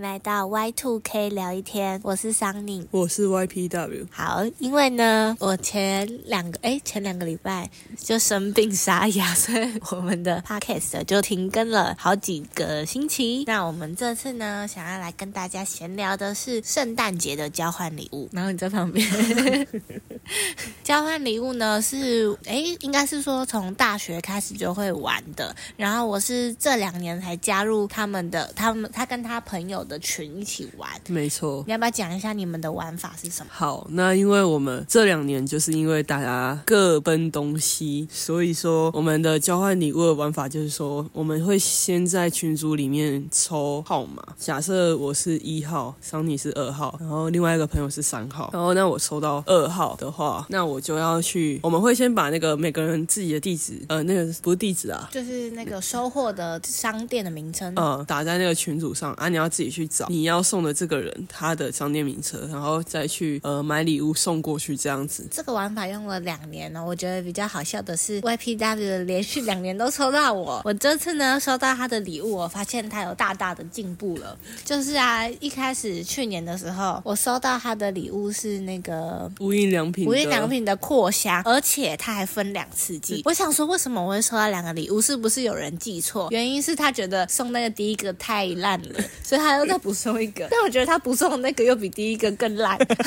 来到 Y Two K 聊一天，我是桑尼。我是 YPW，好，因为呢，我前两个哎前两个礼拜就生病沙哑，所以我们的 podcast 就停更了好几个星期。那我们这次呢，想要来跟大家闲聊的是圣诞节的交换礼物。然后你在旁边， 交换礼物呢是哎，应该是说从大学开始就会玩的。然后我是这两年才加入他们的，他们他跟他朋友的群一起玩。没错。你要不要讲一下你们的玩法是什么？好，那因为我们这两年就是因为大家各奔东西，所以说我们的交换礼物的玩法就是说，我们会先在群组里面抽号码。假设我是一号，桑尼是二号，然后另外一个朋友是三号，然后那我抽到二号的话，那我就要去，我们会先把那个每个人自己的地址，呃，那个不是地址啊，就是那个收获的商店的名称。嗯，打在那个群组上啊，你要自己去找你要送的这个人他的商店名册，然后再去呃买礼物送过去这样子。这个玩法用了两年哦呢，我觉得比较好笑的是，YPW 连续两年都抽到我。我这次呢收到他的礼物，我发现他有大大的进步了。就是啊，一开始去年的时候，我收到他的礼物是那个无印良品，无印良，品的扩香，而且它还分两次寄。我想说，为什么我会收到两个礼物？是不是有人寄错？原因是他觉得送那个第一个太烂 了，所以他又再补送一个。但我觉得他补送的那个又比第一个更烂，哎、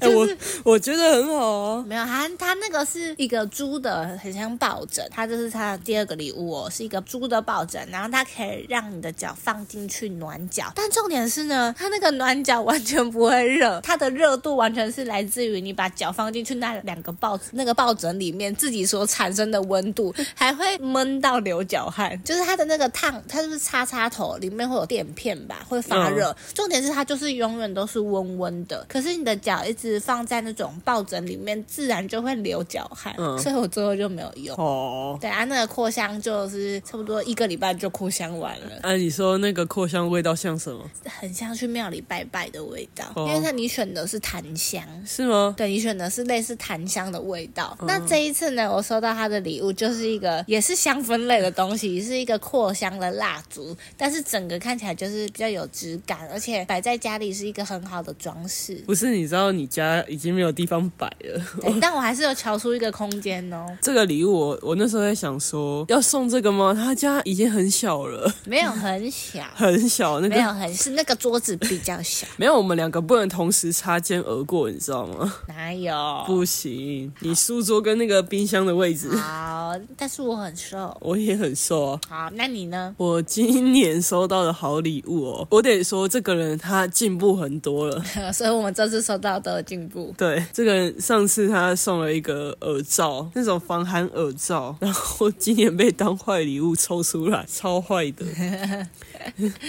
就是我我觉得很好啊。没有，它它那个是一个猪的，很像抱枕，它这是它的第二个礼物哦，是一个猪的抱枕，然后它可以让你的脚放进去暖脚，但重点是呢， 它那个暖脚完全不会热，它的热度完全是来自于你把脚放进去那两个抱那个抱枕里面自己所产生的温 度，还会闷到流脚汗，就是它的那个烫，它就是插插头里面会有垫片吧，会发热，重点是它就是永远都是温温的，可是你的脚一直放在那种抱枕里面，自然就会流脚汗，嗯所以我最后就没有用。哦，对啊，那个扩香就是差不多一个礼拜就扩香完了，啊，你说那个扩香味道像什么？很像去庙里拜拜的味道，哦因为它你选的是檀香。是吗？对你选的是类似檀香的味道。嗯那这一次呢，我收到他的礼物就是一个也是香氛类的东西，是一个扩香的蜡烛，但是整个看起来就是比较有质感，而且摆在家里是一个很好的装饰。不是，你知道你家已经没有地方摆了。 对但我还是有瞧出一个空间哦，这个礼物我我那时候在想说，要送这个吗？他家已经很小了， 没有很小，很小，那没个有很是那个桌子比较小，没有，我们两个不能同时擦肩而过，你知道吗？哪有？不行，你书桌跟那个冰箱的位置，好，但是我很瘦。我也很瘦啊。好，那你呢？ 我今年收到的好礼物哦，我得说这个人他进步很多 了。所以我们这次收到都有进步。对，这个人上次他送了一个耳罩，那种防寒耳罩，然后今年被当坏礼物抽出来，超坏 的。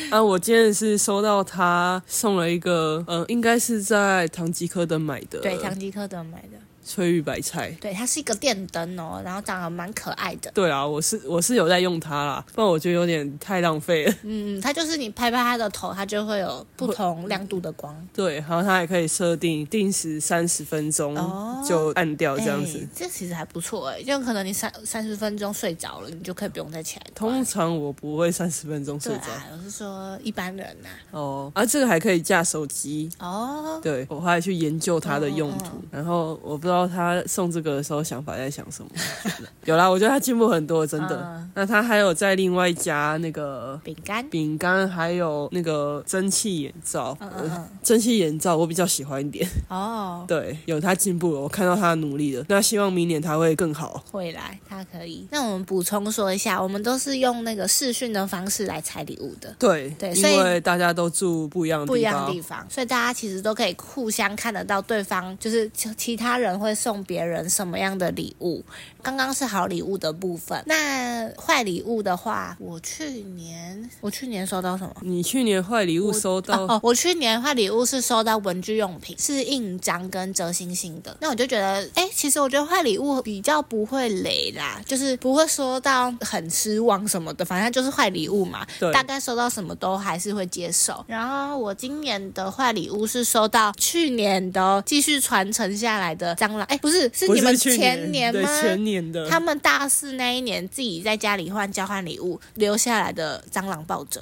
啊，我今天是收到他送了一个，呃，应该是在唐吉诃德买的，对，唐吉诃德买的，翠玉白菜。对，它是一个电灯哦，然后长得蛮可爱的。对啊，我是我是有在用它啦，不然我觉得有点太浪费了。嗯，它就是你拍拍它的头，它就会有不同亮度的光。对，然后它还可以设定定时三十分钟哦就按掉这样子。哎这其实还不错哎，就可能你三三十分钟睡着了，你就可以不用再起来关。通常我不会三十分钟睡对着、啊，我是说一般人呐、哦，啊，这个还可以架手机。哦，对，我还去研究它的用途，嗯然后我不知道他送这个的时候想法在想什么。 有啦，我觉得他进步很多，真的。嗯那他还有在另外加那个饼干。饼干，还有那个蒸汽眼罩。呃嗯嗯嗯。蒸汽眼罩我比较喜欢一点，哦，对，有他进步了，我看到他的努力了。那希望明年他会更好。会来，它可以。那我们补充说一下，我们都是用那个视讯的方式来拆礼物的。对，对因所以为大家都住不一样的不一地样方，的地方，所以大家其实都可以互相看得到对方，就是其其他人会送别人什么样的礼物。刚刚是好礼物的部分，那坏礼物的话，我去年我去年收到什么？你去年坏礼物收到哦哦，我去年坏礼物是收到文具用品，是印章跟折星星的。那我就觉得，哎，其实我觉得坏礼物比较不会雷啦，就是不会收到很失望什么的，反正就是坏礼物嘛。对大概收到什么都还是会接受。然后我今年的坏礼物是收到去年的、哦、继续传承下来的蟑螂，哎，不是，是不你是们去前年对吗？前年的， 他们 大四那一年自己在家里换交换礼物留下来的蟑螂抱枕，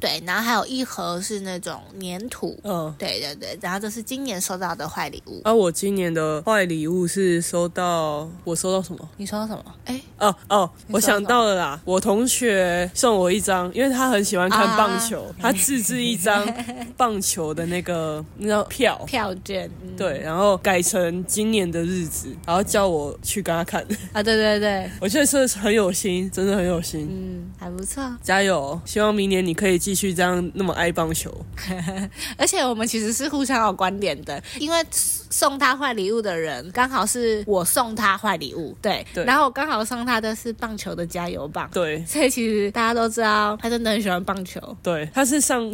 对，然后还有一盒是那种粘土，嗯。对对对，然后这是今年收到的坏礼物。啊，我今年的坏礼物是收到，我收到什么？你收到什么？哎，哦哦，你我收到想到了啦，我同学送我一张，因为他很喜欢看棒球，啊他自制一张棒球的 那个那叫票。票券。嗯对，然后改成今年的日子，然后叫我去跟他看， 啊，对对对，我觉得这很有心，真的很有心，嗯，还不错。加油！希望明年你可以继续这样那么爱棒球。而且我们其实是互相有关联的，因为送他坏礼物的人刚好是我送他坏礼物，对，对然后我刚好送他的是棒球的加油棒，对所以其实大家都知道他真的很喜欢棒球。对，他是上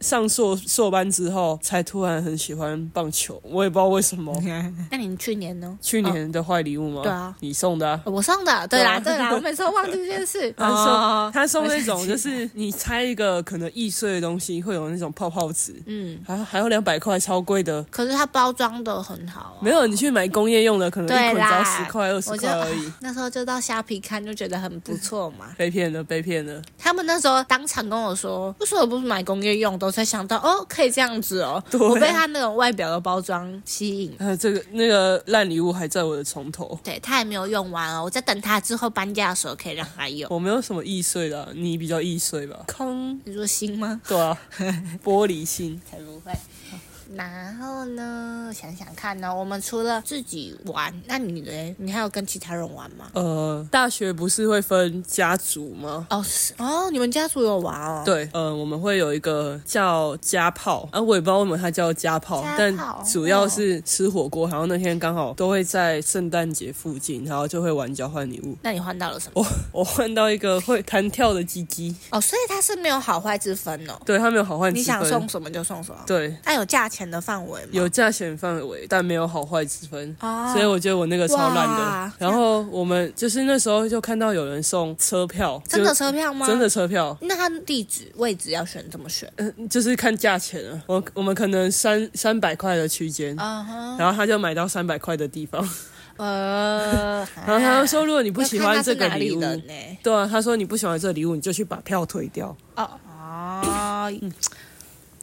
上硕硕班之后才突然很喜欢棒球，我也不知道为什么。 那你去年呢？去年的坏礼物吗？对嗯啊你送的、啊。哦我送的，对啦，对对啊啦，我每次都忘记这件 事。他送、哦他送那种就是你拆一个可能易碎的东西，会有那种泡泡纸，嗯，还还要两百块，超贵的。可是它包装的很好、啊没。有，你去买工业用的，可能一对捆只要啦，十块、二十我就块而 已。那时候就到虾皮看，就觉得很不错嘛。被骗了，被骗了。他们那时候当场跟我说，为什么不是买工业用的？我才想到哦，可以这样子哦。对啊我被他那种外表的包装吸引。啊，这个那个烂礼物还在我的床头，对他还没有用完哦，我在等他之后搬家的时候可以让他用。我没有什么易碎的啊、你比较易碎吧？康，你说新吗？对啊， 玻璃心。才不会。哦然后呢，想想看呢、我们除了自己玩，那你呢？你还有跟其他人玩吗？呃，大学不是会分家族吗？哦，是哦，你们家族有玩哦？，对，呃，我们会有一个叫家炮，啊，我也不知道为什么它叫家炮，家但炮哦主要是吃火锅，然后那天刚好都会在圣诞节附近，然后就会玩交换礼物。那你换到了什么？我我换到一个会弹跳的鸡鸡，哦，所以它是没有好坏之分哦。对，它没有好坏之分。你想送什么就送什么。对，它有价钱的范围吗？有价钱范围，但没有好坏之分。哦所以我觉得我那个超烂的哇。然后我们就是那时候就看到有人送车票，真的就车票吗？真的。车票，那它地址位置要选怎么选？嗯，就是看价钱啊。我我们可能三三百块的区间，嗯哼，然后他就买到三百块的地方， 呃，然后他就啊说，如果你不喜欢这个要看它是哪里礼欸物，的呢？对啊，他说你不喜欢这个礼物，你就去把票退掉。哦哦，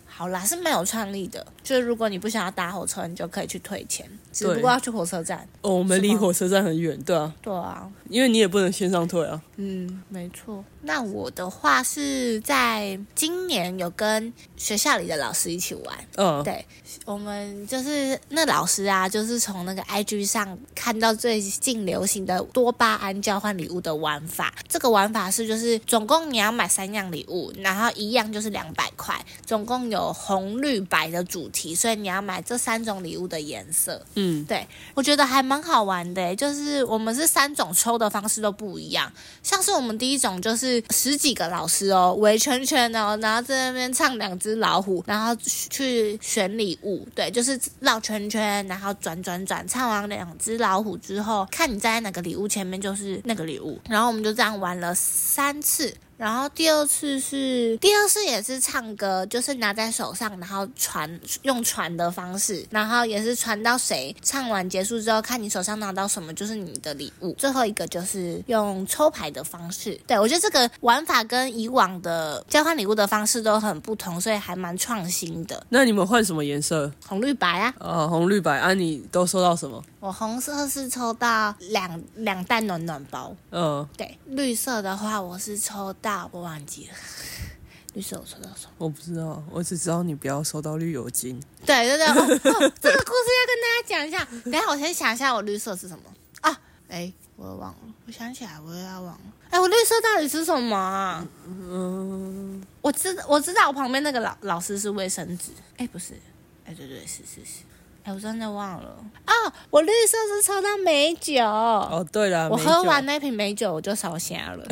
好啦，是蛮有创意的。就是如果你不想要搭火车，你就可以去退钱，只不对过要去火车站。哦，我们离是吗火车站很远，对啊，对啊，因为你也不能线上退啊。嗯，没错。那我的话是在今年有跟学校里的老师一起玩，嗯，对我们就是那老师啊，就是从那个 IG 上看到最近流行的多巴胺交换礼物的玩法。这个玩法是就是总共你要买三样礼物，然后一样就是两百块，总共有红绿白的主题，所以你要买这三种礼物的颜色。嗯，对，我觉得还蛮好玩的欸，就是我们是三种抽的方式都不一样，像是我们第一种就是十几个老师哦，围圈圈哦，然后在那边唱两只老虎，然后去选礼物，对，就是绕圈圈，然后转转转，唱完两只老虎之后，看你站在哪个礼物前面就是那个礼物，然后我们就这样玩了三次。然后第二次是第二次也是唱歌，就是拿在手上，然后传用传的方式，然后也是传到谁唱完结束之后，看你手上拿到什么就是你的礼物。最后一个就是用抽牌的方式，对我觉得这个玩法跟以往的交换礼物的方式都很不同，所以还蛮创新的。那你们换什么颜色？红绿白啊，啊，红绿白啊，你都收到什么？我红色是抽到 两两袋暖暖包，嗯，对，绿色的话我是抽到我忘记了，绿色我抽到什么？我不知道，我只知道你不要收到绿油精。对对对、哦哦，这个故事要跟大家讲一下。等一下我先想一下我绿色是什么啊？哎，我又忘了，我想起来我又要忘了。哎，我绿色到底是什么啊、嗯，我知我知道我旁边那个老老师是卫生纸。哎，不是，哎，对对是是是。哎，我真的忘了哦，我绿色是抽到美酒。哦，对了，我美喝酒完，那瓶美酒，我就烧瞎了。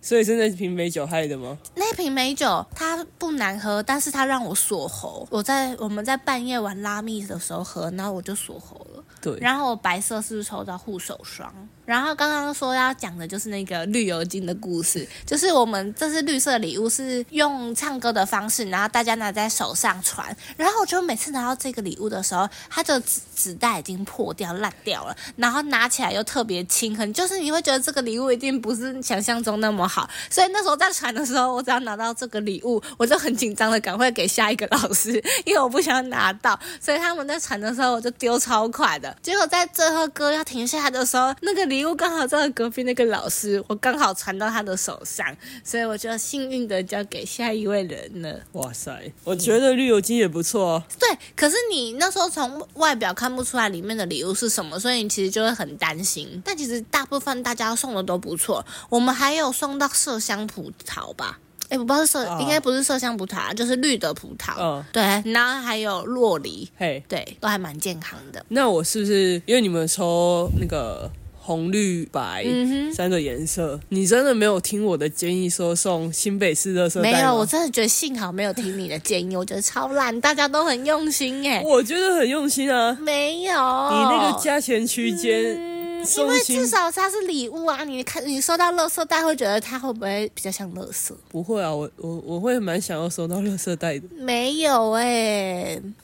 所以是那瓶美酒害的吗？那瓶美酒它不难喝，但是它让我锁喉。我在我们在半夜玩拉密的时候喝，然后我就锁喉了。对，然后我白色是不是抽到护手霜？然后刚刚说要讲的就是那个绿油精的故事，就是我们这是绿色礼物，是用唱歌的方式，然后大家拿在手上传。然后我就每次拿到这个礼物的时候，它的纸纸袋已经破掉、烂掉了，然后拿起来又特别轻，很就是你会觉得这个礼物一定不是想象中那么好。所以那时候在传的时候，我只要拿到这个礼物，我就很紧张的赶快给下一个老师，因为我不想要拿到。所以他们在传的时候，我就丢超快的。结果在最后歌要停下来的时候，那个礼物刚好在我隔壁那个老师，我刚好传到他的手上，所以我就幸运的交给下一位人了。哇塞，我觉得绿油精也不错啊。对，可是你那时候从外表看不出来里面的礼物是什么，所以你其实就会很担心。但其实大部分大家送的都不错，我们还有送到麝香葡萄吧。哎，我不知道是麝，哦应该不是麝香葡萄啊，就是绿的葡萄。嗯对，然后还有洛梨，嘿，对，都还蛮健康的。那我是不是因为你们抽那个红、绿、白、嗯三个颜色，你真的没有听我的建议说送新北市热色没袋有，吗我真的觉得幸好没有听你的建议，我觉得超烂，大家都很用心哎。我觉得很用心啊。没有，你那个价钱区间嗯，因送为新至少它是礼物啊，你看你收到垃圾袋会觉得它会不会比较像垃圾？不会啊，我我我会蛮想要收到热色袋的，没有哎、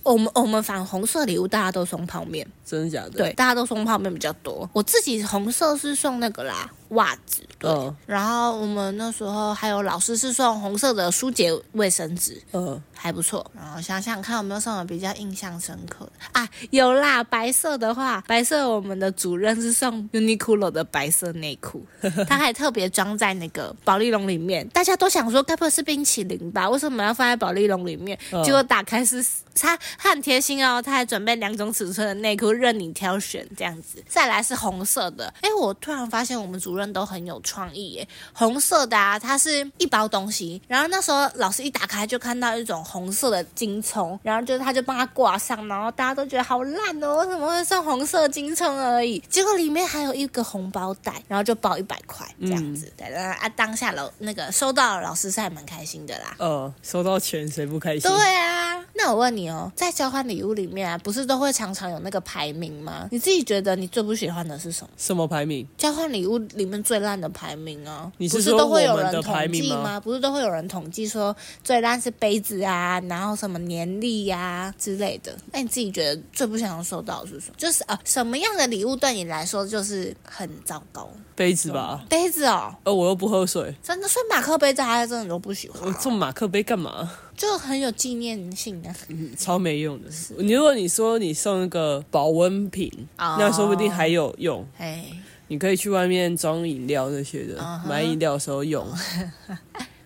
我们我们反红色礼物大家都送泡面，真的假的？对，，大家都送泡面比较多。我自己红色是送那个啦袜子，对。嗯然后我们那时候还有老师是送红色的舒洁卫生纸，嗯，还不错。然后想想看有没有什么比较印象深刻的啊？有啦，白色的话，白色我们的主任是送 Uniqlo 的白色内裤， 他还特别装在那个保丽龙里面。大家都想说，该不会是冰淇淋吧？为什么要放在保丽龙里面？嗯结果打开是。他他很贴心哦，他还准备两种尺寸的内裤任你挑选，这样子。再来是红色的，哎，我突然发现我们主任都很有创意耶。红色的啊，它是一包东西，然后那时候老师一打开就看到一种红色的金葱，然后就他就帮他挂上，然后大家都觉得好烂哦，为什么会送红色金葱而已？结果里面还有一个红包袋，然后就包一百块这样子。对，然后啊，当下老那个收到了老师是还蛮开心的啦。呃，收到钱谁不开心？对啊，那我问你哦，在交换礼物里面啊，不是都会常常有那个排名吗？你自己觉得你最不喜欢的是什么？什么排名？交换礼物里面最烂的排名啊？你是不是说都会有我们人的排统名计吗吗？不是都会有人统计说最烂是杯子啊，然后什么年历呀、之类的。那你自己觉得最不想要收到的是什么？就是啊，什么样的礼物对你来说就是很糟糕？杯子吧。杯子哦，呃，我又不喝水，真的，所以马克杯大家真的都不喜欢我哦、送马克杯干嘛？就很有纪念性啊。嗯超没用的。你如果你说你送一个保温瓶，哦那说不定还有用。哎，你可以去外面装饮料那些的嗯哼买饮料的时候用。哦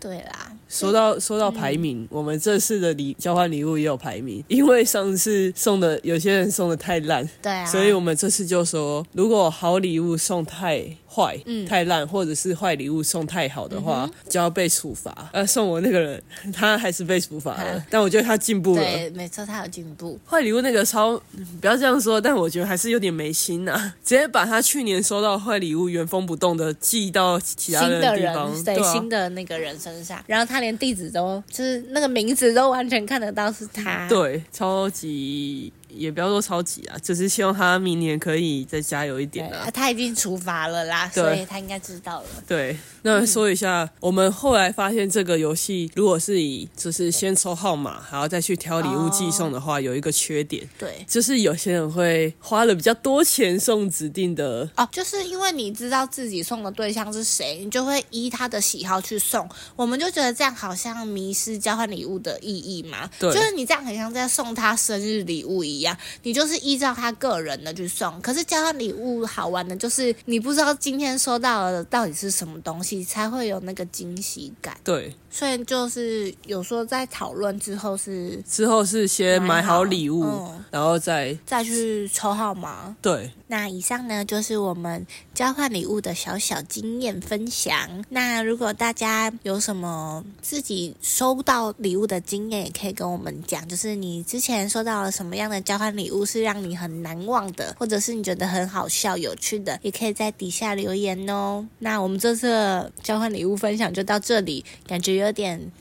对啦，嗯说到说到排名，我们这次的礼交换礼物也有排名， 因为上次送的有些人送的太烂，对啊，所以我们这次就说，如果好礼物送太坏、嗯太烂，或者是坏礼物送太好的话，就要被处罚。呃，送我那个人， 他还是被处罚了啊，但我觉得他进步了。对，没错，他有进步。坏礼物那个超，不要这样说，但我觉得还是有点没心呐、 直接把他去年收到的坏礼物原封不动的寄到其他新人的地方，人对啊新的那个人身上，然后他连地址都就是那个名字都完全看得到是他。，对，超级也不要说超级啊，就是希望他明年可以再加油一点啊啊。他已经处罚了啦，对所以他应该知道了。对，那说一下，我们后来发现这个游戏，如果是以就是先抽号码，然后再去挑礼物寄送的话，有一个缺点，对。就是有些人会花了比较多钱送指定的，哦，就是因为你知道自己送的对象是谁，你就会依他的喜好去送。我们就觉得这样好像迷失交换礼物的意义嘛，对就是你这样很像在送他生日礼物一样，你就是依照他个人的去送。可是交换礼物好玩的就是你不知道今天收到的到底是什么东西，才会有那个惊喜感。对，所以就是有时候在讨论之后是之后是先买买好好礼物，嗯然后再再去抽号码。对。那以上呢就是我们交换礼物的小小经验分享。那如果大家有什么自己收到礼物的经验，也可以跟我们讲，就是你之前收到了什么样的交换礼物是让你很难忘的，或者是你觉得很好笑、有趣的，也可以在底下留言哦。那我们这次的交换礼物分享就到这里，感觉有点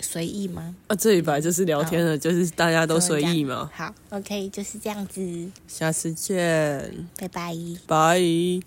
随意吗？啊，这里本来就是聊天的，嗯就是大家都随意嘛。好，OK，就是这样子，下次见，拜拜。拜。